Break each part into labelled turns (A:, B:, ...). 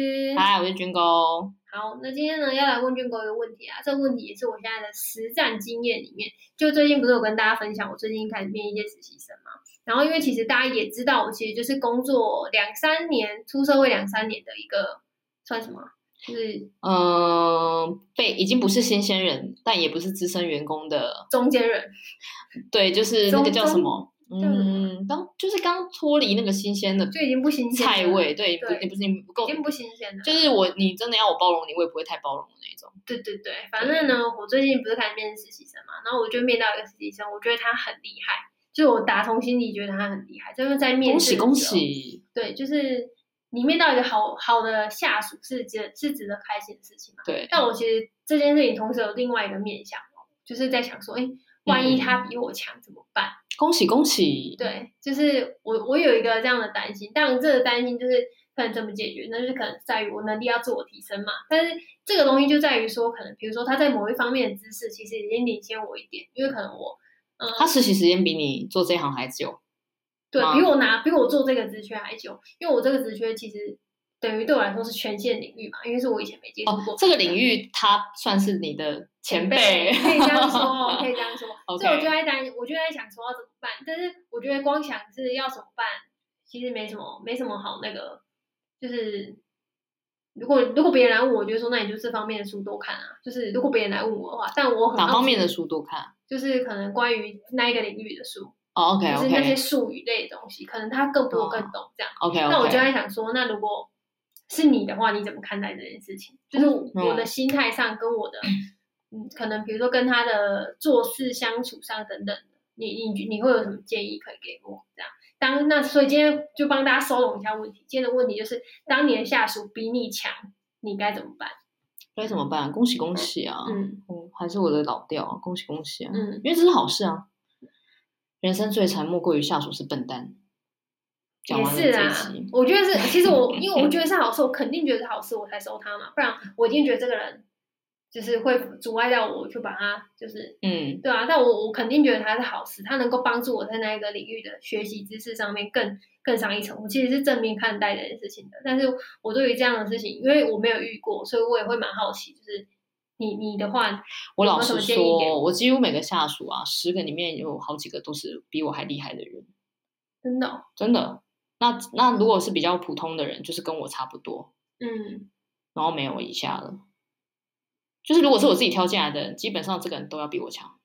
A: 是军工。
B: 好，那今天呢要来问俊哥一个问题啊，这个问题也是我现在的实战经验里面，就最近不是有跟大家分享，我最近开始面一些实习生嘛，然后因为其实大家也知道，我其实就是工作两三年，出社会两三年的一个算什么啊，就是
A: 嗯、被已经不是新鲜人，但也不是资深员工的，
B: 中间人，
A: 对，就是那个叫什么？
B: 叫什
A: 嗯，刚就是刚脱离那个新鲜的
B: 就已经不新鲜了
A: 菜味，对，不
B: 对，
A: 你不是你不
B: 已
A: 够，
B: 经不新鲜了。
A: 就是我，你真的要我包容你，我也不会太包容的那种。
B: 对对对，反正呢，我最近不是开始面实习生嘛，然后我就面到一个实习生，我觉得他很厉害，就是我打从心里觉得他很厉害，就是在面
A: 恭
B: 试
A: 喜
B: 的
A: 恭
B: 时候
A: 喜！
B: 对，就是你面到一个好好的下属是值是值得开心的事情嘛。
A: 对，
B: 但我其实这件事情同时有另外一个面向哦，就是在想说，哎，万一他比我强怎么办？
A: 恭喜恭喜！
B: 对，就是我我有一个这样的担心，当然这个担心就是可能怎么解决，那就是可能在于我能力要自我提升嘛。但是这个东西就在于说，可能比如说他在某一方面的知识其实已经领先我一点，因为可能我。嗯，
A: 他实习时间比你做这一行还久，
B: 对
A: 吗
B: 比我拿比我做这个职缺还久，因为我这个职缺其实等于对我来说是全线领域嘛，因为是我以前没接触
A: 哦
B: 过、，
A: 这个领域他算是你的前辈，
B: 可以这样说 哦，可以这样说。
A: OK
B: 所以我就在担，我就在想说要怎么办，但是我觉得光想是要怎么办，其实没什么没什么好那个，就是。如果如果别人来问我，我就说那你就这方面的书多看啊。就是如果别人来问我的话，但我很
A: 哪
B: 好
A: 方面
B: 奇
A: 的书都看。
B: 就是可能关于那一个领域的书
A: 哦，OK
B: 就是那些
A: OK
B: 术语类的东西，可能他更比我更懂这样。
A: OK
B: 那我就
A: OK，
B: 在想说，那如果是你的话，你怎么看待这件事情？就是
A: 哦
B: 我
A: 嗯
B: 的心态上跟 我的，嗯，可能比如说跟他的做事相处上等等的，你你你会有什么建议可以给我？这样，当那所以今天就帮大家收拢一下问题。今天的问题就是，当你的下属比你强，你该怎么办？
A: 该怎么办？恭喜恭喜啊！
B: 嗯
A: 嗯，还是我的老调啊，恭喜恭喜啊！
B: 嗯，
A: 因为这是好事啊。人生最惨莫过于下属是笨蛋。讲
B: 也
A: 完了
B: 是
A: 这
B: 啊
A: 一集，，
B: 我觉得是，其实我因为我觉得是好事，我肯定觉得是好事，我才收他嘛，不然我一定觉得这个人就是会阻碍到我，就把他就是
A: 嗯，
B: 对啊，但我我肯定觉得它是好事，它能够帮助我在那一个领域的学习知识上面更更上一层。我其实是正面看待这件事情的，但是我对于这样的事情，因为我没有遇过，所以我也会蛮好奇，就是你你的话，
A: 我
B: 有
A: 老
B: 没有什
A: 实
B: 么建议给
A: 说，我几乎每个下属啊，十个里面有好几个都是比我还厉害的人。
B: 真的哦、
A: 真的。那那如果是比较普通的人，就是跟我差不多，
B: 嗯，
A: 然后没有我以下了。就是如果是我自己挑进来的人，基本上这个人都要比我强，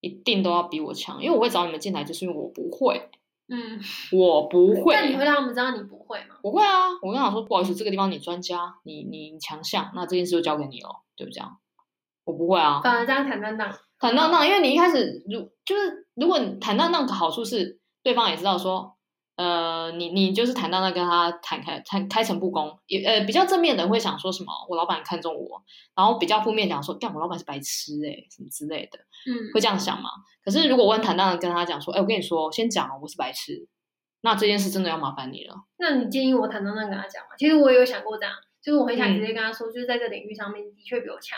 A: 一定都要比我强。因为我会找你们进来，就是因为我不会，
B: 嗯，
A: 我不会。
B: 那你会让他们知道你不会吗？
A: 我会啊，我跟他说，不好意思，这个地方你专家，你你强项，那这件事就交给你了，就这样。啊我不会啊，
B: 反而这样坦荡荡，
A: 坦荡荡，因为你一开始如就是如果你坦荡荡的好处是，对方也知道说，呃，你你就是坦荡荡跟他坦开坦开诚布公，也呃比较正面的人会想说什么，我老板看中我，然后比较负面讲说，干我老板是白痴哎、什么之类的，
B: 嗯
A: 会这样想嘛？可是如果我很坦荡的跟他讲说，哎、我跟你说，先讲哦，我是白痴，那这件事真的要麻烦你了，
B: 那你建议我坦荡荡跟他讲吗？其实我也有想过这样，就是我很想直
A: 嗯
B: 接跟他说，就是在这领域上面你的确比我强，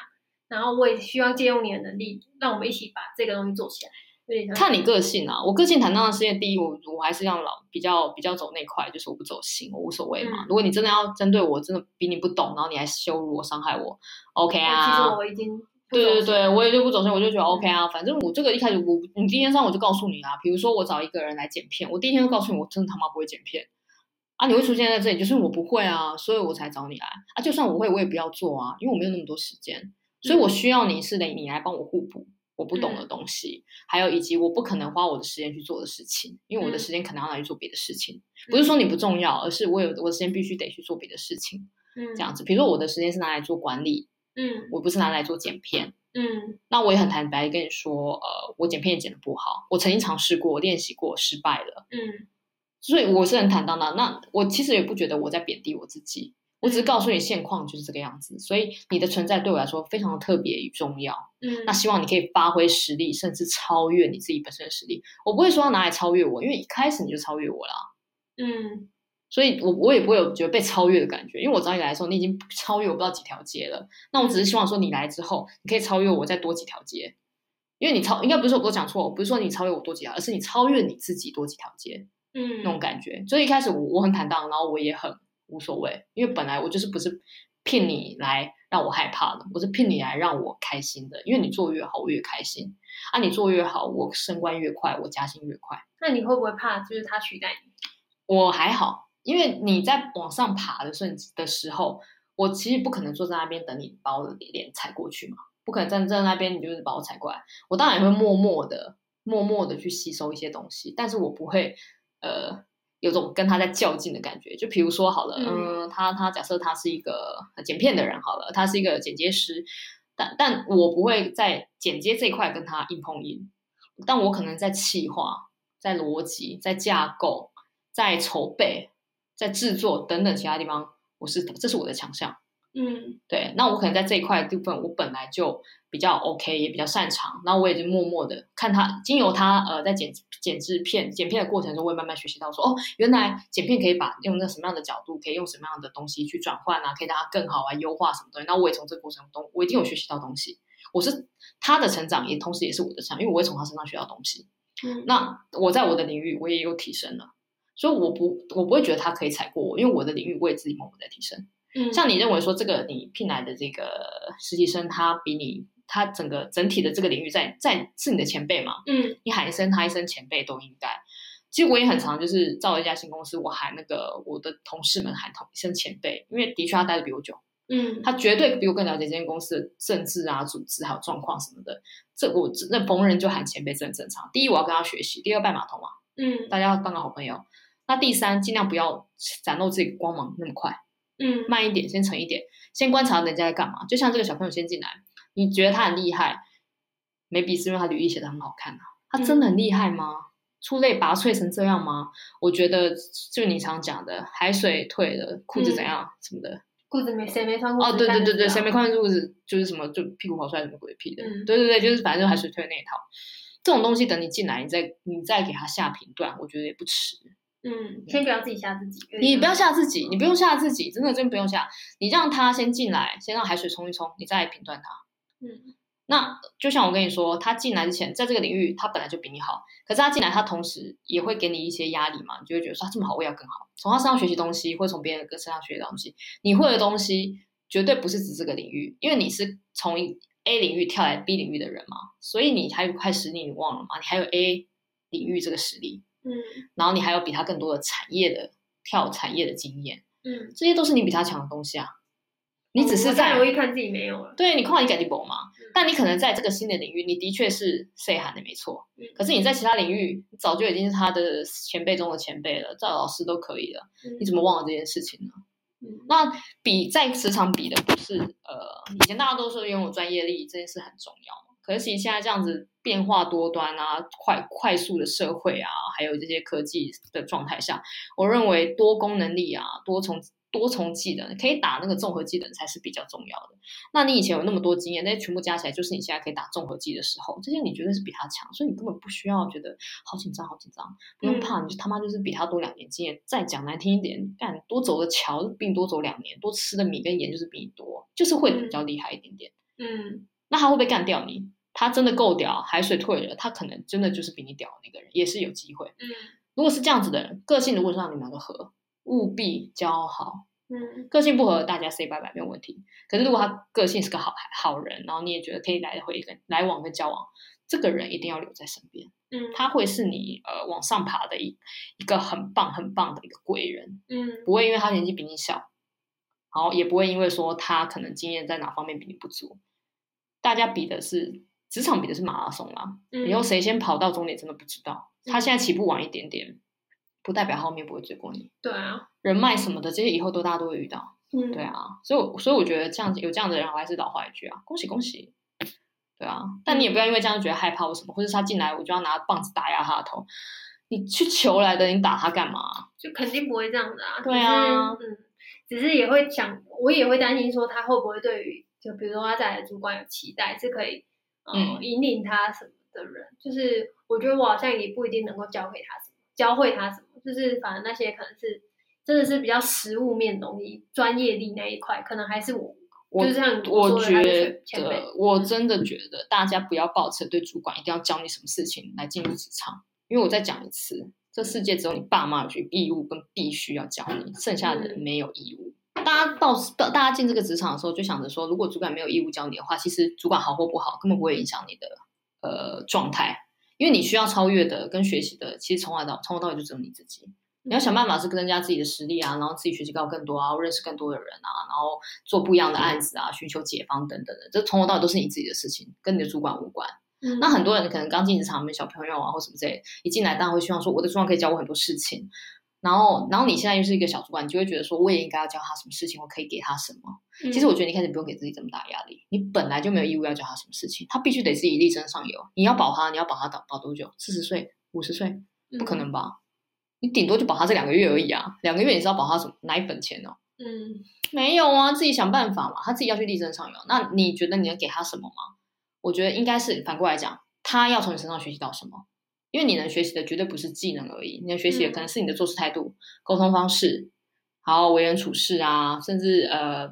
B: 然后我也希望借用你的能力，让我们一起把这个东西做起来。有点像
A: 看你个性啊，我个性坦荡的是因为第一，我我还是让老比较比较走那块，就是我不走心，我无所谓嘛。
B: 嗯
A: 如果你真的要针对我，真的比你不懂，然后你还羞辱我、伤害我，OK
B: 其实
A: 啊。
B: 我已经不
A: 对对
B: 走心啊嗯
A: 对，我也就不走心，我就觉得 OK 啊，反正我这个一开始我你第一天上我就告诉你啊，比如说我找一个人来剪片，我第一天就告诉你，我真的他妈不会剪片啊，你会出现在这里，就是我不会啊，所以我才找你来啊，就算我会，我也不要做啊，因为我没有那么多时间，所以
B: 嗯
A: 我需要你是得你来帮我互补我不懂的东西，还有以及我不可能花我的时间去做的事情，因为我的
B: 嗯
A: 时间可能要拿去做别的事情，不是说你不重要，而是我有我的时间必须得去做别的事情，
B: 嗯
A: 这样子，比如说我的时间是拿来做管理，
B: 嗯
A: 我不是拿来做剪片。
B: 嗯
A: 那我也很坦白地跟你说，呃，我剪片也剪得不好，我曾经尝试过，我练习过，失败了，
B: 嗯
A: 所以我是很坦荡的。那我其实也不觉得我在贬低我自己，我只是告诉你现况就是这个样子，所以你的存在对我来说非常的特别与重要。
B: 嗯，
A: 那希望你可以发挥实力，甚至超越你自己本身的实力。我不会说要拿来超越我，因为一开始你就超越我啦，
B: 嗯
A: 所以我我也不会有觉得被超越的感觉，因为我找你来的时候，你已经超越我不知道几条街了。那我只是希望说你来之后，你可以超越我再多几条街，因为你超应该不是说我都讲错，不是说你超越我多几条，而是你超越你自己多几条街
B: 嗯
A: 那种感觉。所以一开始我我很坦荡，然后我也很无所谓，因为本来我就是不是骗你来让我害怕的，我是骗你来让我开心的。因为你做越好，我越开心啊！你做越好，我升官越快，我加薪越快。
B: 那你会不会怕就是他取代你？
A: 我还好，因为你在往上爬的瞬的时候，我其实不可能坐在那边等你把我的脸踩过去嘛，不可能站在那边你就是把我踩过来。我当然也会默默的、默默的去吸收一些东西，但是我不会呃。有种跟他在较劲的感觉，就比如说好了，嗯，呃、他他假设他是一个剪片的人好了，他是一个剪接师，但但我不会在剪接这一块跟他硬碰硬，但我可能在企划、在逻辑、在架构、在筹备、在制作等等其他地方，我是这是我的强项，
B: 嗯，
A: 对，那我可能在这一块部分我本来就比较 OK，也比较擅长，然后我也就默默的看他，经由他呃在剪剪制片、剪片的过程中，我也慢慢学习到说，哦，原来剪片可以把用那什么样的角度，可以用什么样的东西去转换啊，可以让它更好啊，优化什么东西。那我也从这个过程中，我一定有学习到东西。我是他的成长，也同时也是我的成长，因为我也从他身上学到东西。
B: 嗯
A: 那我在我的领域，我也有提升了，所以我不我不会觉得他可以踩过我，因为我的领域我也自己默默在提升。
B: 嗯，
A: 像你认为说这个你聘来的这个实习生，他比你他整个整体的这个领域在在是你的前辈嘛？
B: 嗯
A: 你喊一声他一声前辈都应该。其实我也很常就是到一家新公司，我喊那个我的同事们喊同一声前辈，因为的确他待的比我久，
B: 嗯，
A: 他绝对比我更了解这间公司的政治啊、组织还有状况什么的。这我那逢人就喊前辈是很正常。第一，我要跟他学习；第二，拜码头嘛，
B: 嗯
A: 大家要当个好朋友。那第三，尽量不要展露自己的光芒那么快。
B: 嗯
A: 慢一点，先沉一点，先观察人家在干嘛。就像这个小朋友先进来，你觉得他很厉害，maybe 是因为他履历写的很好看啊。他真的很厉害吗？出类拔萃成这样吗？我觉得就你常讲的，海水退了，裤子怎样、什么的。
B: 嗯裤子没谁没穿过，
A: 哦，对对对对，谁没
B: 看？
A: 看裤子就是什么就屁股跑出来什么鬼屁的。
B: 嗯
A: 对对对，就是反正就海水退那一套。这种东西等你进来，你再你再给他下评断，我觉得也不迟。
B: 嗯，先不要自己吓自己，
A: 你不要吓自己，你不用吓自己，真的真不用吓。你让他先进来，先让海水冲一冲，你再评断他。
B: 嗯
A: 那就像我跟你说，他进来之前，在这个领域他本来就比你好，可是他进来，他同时也会给你一些压力嘛，你就会觉得说他这么好，我也要更好。从他身上学习东西，或从别人身上学习东西，你会的东西绝对不是指这个领域，因为你是从 A 领域跳来 B 领域的人嘛，所以你还有块实力，你忘了吗？你还有 A 领域这个实力，
B: 嗯
A: 然后你还有比他更多的产业的跳产业的经验。
B: 嗯，哦
A: 这些都是你比他强的东西啊。你只
B: 我
A: 是
B: 太
A: 在
B: 容易看自己没有了，
A: 对你跨你改进博嘛
B: 嗯，
A: 但你可能在这个新的领域，你的确是 C 喊的没错，
B: 嗯
A: 可是你在其他领域你早就已经是他的前辈中的前辈了，赵老师都可以了，你怎么忘了这件事情呢？
B: 嗯
A: 那比在职场比的不是呃，以前大家都说拥有专业力这件事很重要嘛，可是其实现在这样子变化多端啊，快快速的社会啊，还有这些科技的状态下，我认为多功能力啊，多重多重技能可以打那个综合技能才是比较重要的。那你以前有那么多经验，那全部加起来就是你现在可以打综合技的时候，这些你绝对是比他强，所以你根本不需要觉得好紧张，好紧张。不用怕，你就他妈就是比他多两年经验。再讲难听一点，干多走的桥比你多走两年，多吃的米跟盐就是比你多，就是会比较厉害一点点。
B: 嗯
A: 那他会不会干掉你？他真的够屌，海水退了，他可能真的就是比你屌的那个人，也是有机会。
B: 嗯
A: 如果是这样子的人，个性如果是让你们两个合，务必交好。
B: 嗯
A: 个性不合，大家 say 拜拜没有问题。可是如果他个性是个好好人，然后你也觉得可以来回跟来往跟交往，这个人一定要留在身边。
B: 嗯，
A: 他会是你呃往上爬的一一个很棒很棒的一个贵人，
B: 嗯
A: 不会因为他年纪比你小，然后也不会因为说他可能经验在哪方面比你不足。大家比的是职场比的是马拉松啦，
B: 嗯
A: 以后谁先跑到终点真的不知道。
B: 嗯
A: 他现在起步晚一点点，不代表后面不会追过你。
B: 对啊，
A: 人脉什么的，这些以后都大家都会遇到。
B: 嗯
A: 对啊，所以我所以我觉得这样子有这样的人，我还是老话一句啊，恭喜恭喜。对啊，但你也不要因为这样觉得害怕或什么，或者是他进来我就要拿棒子打压他的头，你去求来的，你打他干嘛？
B: 就肯定不会这样的啊。
A: 对啊
B: 只是嗯，只是也会想，我也会担心说他会不会对于，就比如说他再来主管有期待，是可以呃、
A: 嗯
B: 引领他什么的人。就是我觉得我好像也不一定能够教给他什么，教会他什么，就是反正那些可能是真的是比较实务面的东西，专业力那一块，可能还是我。
A: 我
B: 就是像你
A: 我
B: 说的他
A: 觉
B: 是
A: 得
B: 前前辈，
A: 我真的觉得大家不要抱持对主管一定要教你什么事情来进入职场，因为我再讲一次，这世界只有你爸妈有去义务跟必须要教你，剩下的人没有义务。大家到到大家进这个职场的时候，就想着说，如果主管没有义务教你的话，其实主管好或不好根本不会影响你的呃状态，因为你需要超越的跟学习的，其实从来到从头到尾就只有你自己。你要想办法是增加自己的实力啊，然后自己学习到更多啊，认识更多的人啊，然后做不一样的案子啊，寻求解放等等的，这从头到尾都是你自己的事情，跟你的主管无关。
B: 嗯
A: 那很多人可能刚进职场，没小朋友啊或什么之类，一进来当然会希望说我的主管可以教我很多事情，然后然后你现在又是一个小主管，你就会觉得说我也应该要教他什么事情，我可以给他什么。
B: 嗯
A: 其实我觉得你开始不用给自己这么大压力，你本来就没有义务要教他什么事情，他必须得自己力争上游。你要保他，你要保他保保多久？四十岁、五十岁，
B: 嗯
A: 不可能吧？你顶多就保他这两个月而已啊，两个月你是要保他什么奶粉钱哦？
B: 嗯，
A: 没有啊，自己想办法嘛，他自己要去力争上游。那你觉得你能给他什么吗？我觉得应该是反过来讲，他要从你身上学习到什么？因为你能学习的绝对不是技能而已，你能学习的
B: 嗯
A: 可能是你的做事态度、沟通方式，还有为人处事啊，甚至呃，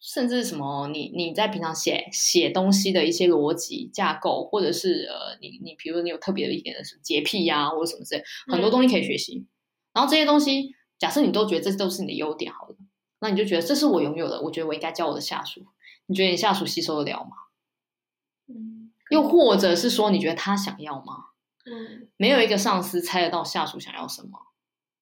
A: 甚至什么你你在平常写写东西的一些逻辑架构，或者是呃，你你比如说你有特别的一点的什么洁癖呀、或者什么之类，很
B: 嗯
A: 多东西可以学习。然后这些东西，假设你都觉得这都是你的优点好了，那你就觉得这是我拥有的，我觉得我应该教我的下属。你觉得你下属吸收得了吗？
B: 嗯
A: 又或者是说，你觉得他想要吗？
B: 嗯
A: 没有一个上司猜得到下属想要什么，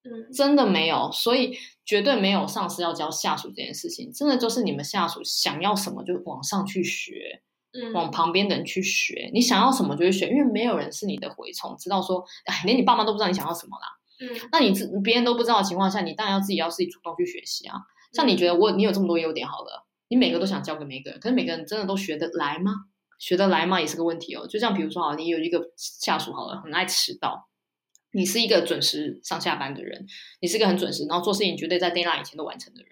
B: 嗯
A: 真的没有，所以绝对没有上司要教下属这件事情，真的就是你们下属想要什么就往上去学，
B: 嗯，
A: 往旁边的人去学，你想要什么就去学，因为没有人是你的蛔虫，知道说，哎，连你爸妈都不知道你想要什么啦，
B: 嗯
A: 那你自别人都不知道的情况下，你当然要自己要自己主动去学习啊。像你觉得我你有这么多优点好了，你每个都想教给每个人，可是每个人真的都学得来吗？学得来吗也是个问题哦。就像比如说好，你有一个下属好了，很爱迟到，你是一个准时上下班的人，你是一个很准时，然后做事情绝对在 deadline 以前都完成的人，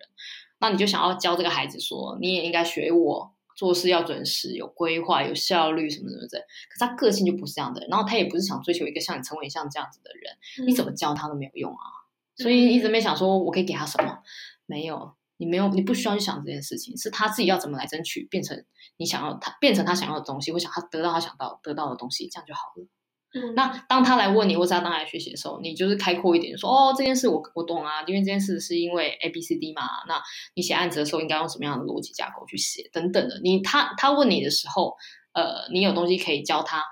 A: 那你就想要教这个孩子说，你也应该学我。做事要准时、有规划、有效率，什么什么之类。可是他个性就不是这样的人，然后他也不是想追求一个像你成为像这样子的人。
B: 嗯
A: 你怎么教他都没有用啊。所以一直没想说我可以给他什么，没有，你没有，你不需要去想这件事情，是他自己要怎么来争取，变成你想要他变成他想要的东西，或想他得到他想到得到的东西，这样就好了。
B: 嗯
A: 那当他来问你，或者他当他来学习的时候，你就是开阔一点，就说哦，这件事我我懂啊，因为这件事是因为 A B C D 嘛，那你写案子的时候应该用什么样的逻辑架构去写，等等的。你他他问你的时候，呃，你有东西可以教他。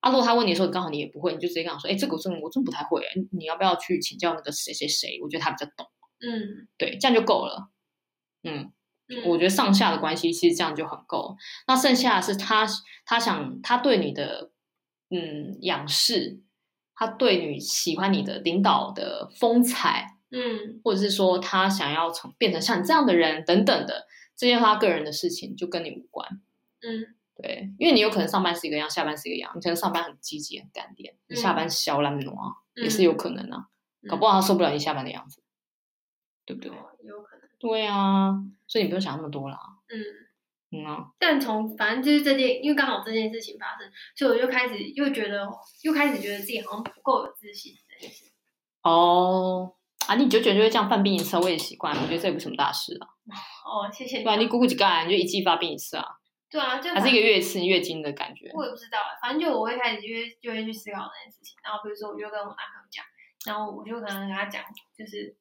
A: 啊，如果他问你的时候，刚好你也不会，你就直接跟他说，哎，这个我真的我真不太会，你你要不要去请教那个谁谁谁？我觉得他比较懂，
B: 嗯
A: 对，这样就够了。嗯，
B: 嗯，
A: 我觉得上下的关系其实这样就很够。那剩下的是他他想他对你的嗯仰视，他对你喜欢你的领导的风采，
B: 嗯
A: 或者是说他想要成变成像你这样的人等等的，这些是他个人的事情，就跟你无关。
B: 嗯
A: 对，因为你有可能上班是一个样，下班是一个样，你可能上班很积极很干练，你下班小懒惰啊，也
B: 嗯
A: 是有可能啊，搞不好他受不了你下班的样子，对不对？
B: 有可能，
A: 对啊，所以你不用想那么多啦。
B: 嗯。
A: 嗯啊，
B: 但从反正就是这件，因为刚好这件事情发生，所以我就开始又觉得，又开始觉得自己好像不够有自信这件事。
A: 哦，啊，你久久就会这样犯病一次，我也习惯了，我觉得这也不是什么大事啊。
B: 哦，谢谢你
A: 对啊，
B: 啊。
A: 你咕咕几个啊，你就一季发病一次啊，
B: 对啊，就
A: 还是
B: 反
A: 一个月一次月经的感觉。
B: 我也不知道欸，反正就我会开始就会就会去思考这件事情。然后比如说，我就跟我男朋友讲，然后我就可能跟他讲，就是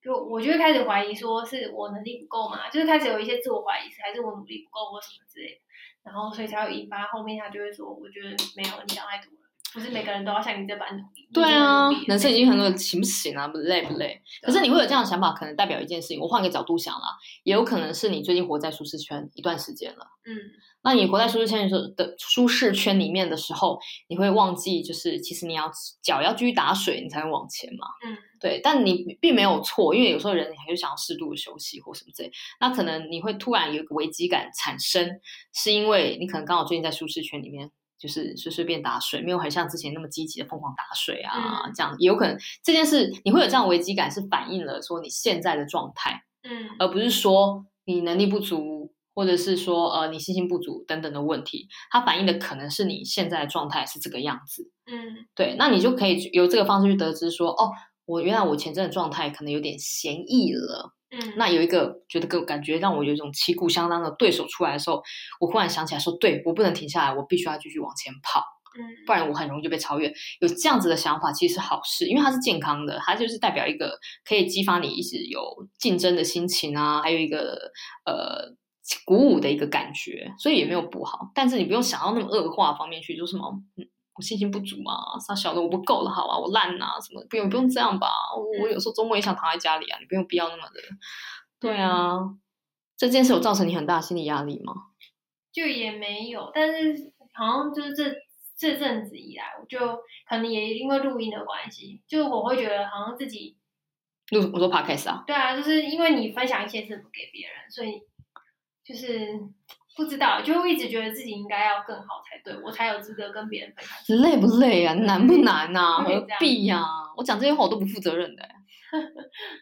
B: 就我就会开始怀疑，说是我能力不够嘛，就是开始有一些自我怀疑，还是我努力不够或什么之类的。然后所以才有引发后面他就会说，我觉得没有，你想太多了，不是每个人都要像你这般努力。你已
A: 对
B: 经很
A: 啊
B: 努力了，
A: 人生已经很累，行不行啊？不累不累？可是你会有这样的想法，可能代表一件事情。我换个角度想啦，也有可能是你最近活在舒适圈一段时间了。
B: 嗯。
A: 那你活在舒适圈的时候的舒适圈里面的时候，你会忘记，就是其实你要脚要继续打水，你才能往前嘛。
B: 嗯，
A: 对。但你并没有错，因为有时候人还是想要适度的休息或什么之类。那可能你会突然有一个危机感产生，是因为你可能刚好最近在舒适圈里面。就是随随便打水，没有很像之前那么积极的疯狂打水啊，
B: 嗯
A: 这样也有可能这件事你会有这样的危机感，是反映了说你现在的状态。
B: 嗯
A: 而不是说你能力不足，或者是说呃你信心不足等等的问题，它反映的可能是你现在的状态是这个样子。
B: 嗯
A: 对，那你就可以由这个方式去得知说，哦，我原来我前阵的状态可能有点嫌异了。
B: 嗯，
A: 那有一个觉得更感觉让我有一种旗鼓相当的对手出来的时候，我忽然想起来说，对我不能停下来，我必须要继续往前跑。不然我很容易就被超越。有这样子的想法其实是好事，因为它是健康的，它就是代表一个可以激发你一直有竞争的心情啊，还有一个呃鼓舞的一个感觉，所以也没有不好。但是你不用想到那么恶化方面去，就什么嗯。我信心不足啊，啥小的我不够了，好啊，我烂啊，什么不用不用这样吧，我我有时候周末也想躺在家里啊，你不用必要那么的。对啊，这件事有造成你很大的心理压力吗？
B: 就也没有，但是好像就是这这阵子以来，我就可能也因为录音的关系，就我会觉得好像自己
A: 录我说 podcast 啊，
B: 对啊，就是因为你分享一些什么给别人，所以就是不知道，就会一直觉得自己应该要更好才对，我才有资格跟别人分享。
A: 累不累啊？难不 难呐、啊？
B: 有点这
A: 何
B: 样
A: 必呀、我讲这些话我都不负责任的、欸。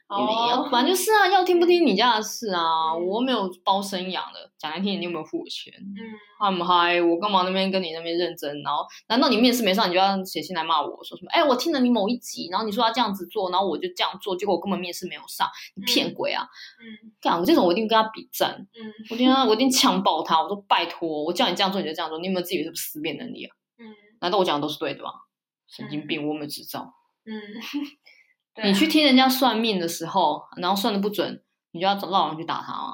B: 哦，
A: 反正就是啊，要听不听你家的事啊，
B: 嗯
A: 我又没有包生养的。讲难听点，你有没有付我钱？
B: 嗯，
A: 嗨不嗨？我干嘛那边跟你那边认真？然后难道你面试没上，你就要写信来骂我说什么？哎、我听了你某一集，然后你说要这样子做，然后我就这样做，结果我根本面试没有上，你骗鬼啊！
B: 嗯
A: 干、我这种我一定跟他比战，
B: 嗯
A: 我一定跟他我一定呛爆他。我说拜托，我叫你这样做你就这样做，你有没有自己有什么思辨能力啊？
B: 嗯
A: 难道我讲的都是对的吗？神经病，我有没有执照？
B: 嗯， 对啊
A: 你去听人家算命的时候，然后算的不准，你就要找老人去打他吗？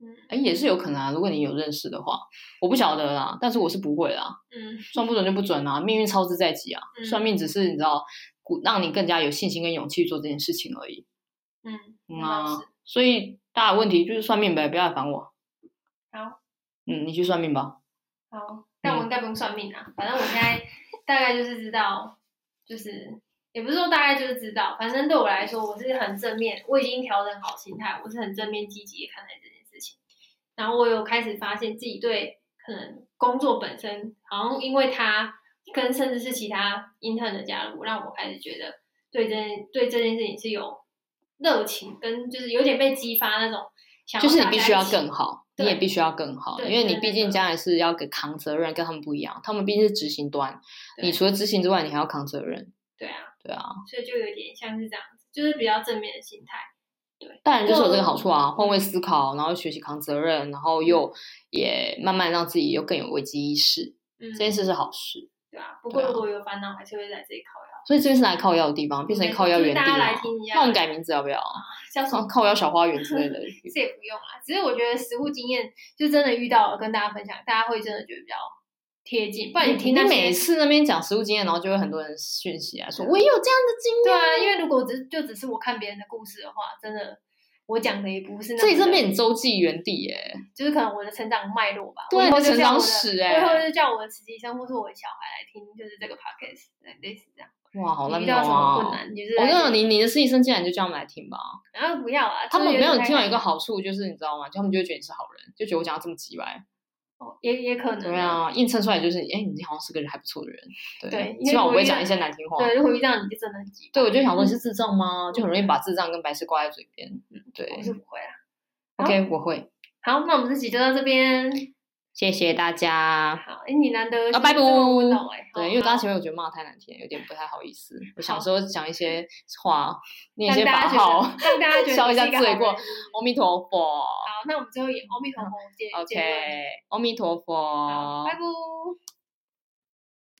B: 嗯
A: 哎，也是有可能啊。如果你有认识的话，我不晓得啦，但是我是不会啦。
B: 嗯
A: 算不准就不准啊，命运操之在己啊。
B: 嗯
A: 算命只是你知道，鼓让你更加有信心跟勇气做这件事情而已。
B: 嗯，
A: 嗯
B: 那
A: 啊
B: 倒是，
A: 所以大家有问题就是算命呗，不要来烦我。
B: 好。
A: 嗯，你去算命吧。
B: 好，但
A: 嗯
B: 我应该不用算命啊，反正我现在大概就是知道，就是也不是说大概就是知道，反正对我来说，我是很正面，我已经调整好心态，我是很正面积极的看待这件事情。然后我有开始发现自己对可能工作本身，好像因为它跟甚至是其他 intern 的加入，让我开始觉得对这件对这件事情是有热情，跟就是有点被激发那种想要
A: 就是你
B: 大
A: 必
B: 家
A: 须要
B: 一起
A: 更好，你
B: 对
A: 也必须要更好，因
B: 对
A: 为你
B: 对
A: 毕
B: 对
A: 竟
B: 对
A: 将来是要给扛责任，跟他们不一样。他们毕竟是执行端，
B: 对
A: 你除了执行之外，你还要扛责任。
B: 对啊。
A: 对啊，
B: 所以就有点像是这样子，就是比较正面的心态。
A: 当然就是有这个好处啊，换位思考，然后学习扛责任，然后又也慢慢让自己又更有危机意识，
B: 嗯，
A: 这件事是好事。
B: 对啊。不过
A: 对啊
B: 如果有烦恼，还是会在这里考呀。
A: 所以这边是来靠腰的地方，变成靠腰园地
B: 就是大家
A: 了啊
B: 来。听一下，啊
A: 那我们改名字要不要？
B: 叫什
A: 像
B: 么？
A: 靠腰小花园之类的。
B: 这也不用啦，只是我觉得实物经验就真的遇到了，跟大家分享，大家会真的觉得比较贴近。 不然你听
A: 你
B: 那
A: 每
B: 些，
A: 次那边讲实务经验，然后就会很多人讯息来说，我也有这样的经验。
B: 对啊，因为如果只是就只是我看别人的故事的话，真的我讲的也不是那
A: 这里
B: 么
A: 真
B: 的
A: 变你周记园地耶，
B: 就是可能我的成长脉络吧，
A: 对
B: 我以后
A: 你的
B: 就叫
A: 成长
B: 我的
A: 史
B: 我
A: 欸
B: 以后就叫我的实习生或是我的小孩来听，就是这个 podcast，对类似这样。
A: 哇，好烂
B: 你遇
A: 哦
B: 到什么困
A: 啊！
B: 难，你就是来
A: 我跟你
B: 这
A: 讲，
B: 里
A: 你你的实习生进来你就叫他们来听吧。
B: 然后不要啊，
A: 他们没有听
B: 到
A: 完一个，好处，就是你知道吗？就他们就会觉得你是好人，就觉得我讲到这么急白。
B: 哦也也可能
A: 对，啊，映衬出来就是，哎、你好像是个人还不错的人，啊
B: 对因为
A: 起码我不会
B: 我遇到
A: 讲一些难听话。
B: 对，如嗯果遇到你就真的很急，
A: 对，我就想说你是智障吗？就很容易把智障跟白痴挂在嘴边。嗯，对
B: 我是不会啊。
A: ，OK，我会，
B: 好，那我们这集就到这边。
A: 谢谢大家。
B: 好，哎，你难得
A: 啊拜拜
B: 这么温柔哎，
A: 对，因为我刚刚前面我觉得骂得太难听，有点不太好意思。我想说讲一些话，念一些
B: 让 大家
A: 法
B: 觉
A: 号
B: 得，让大家觉得
A: 消一
B: 你
A: 下
B: 是个好
A: 罪过
B: 人。
A: 阿弥陀 佛
B: 好，那我们最后以阿弥陀佛结结论。
A: ，OK，阿弥陀佛
B: 好，拜拜。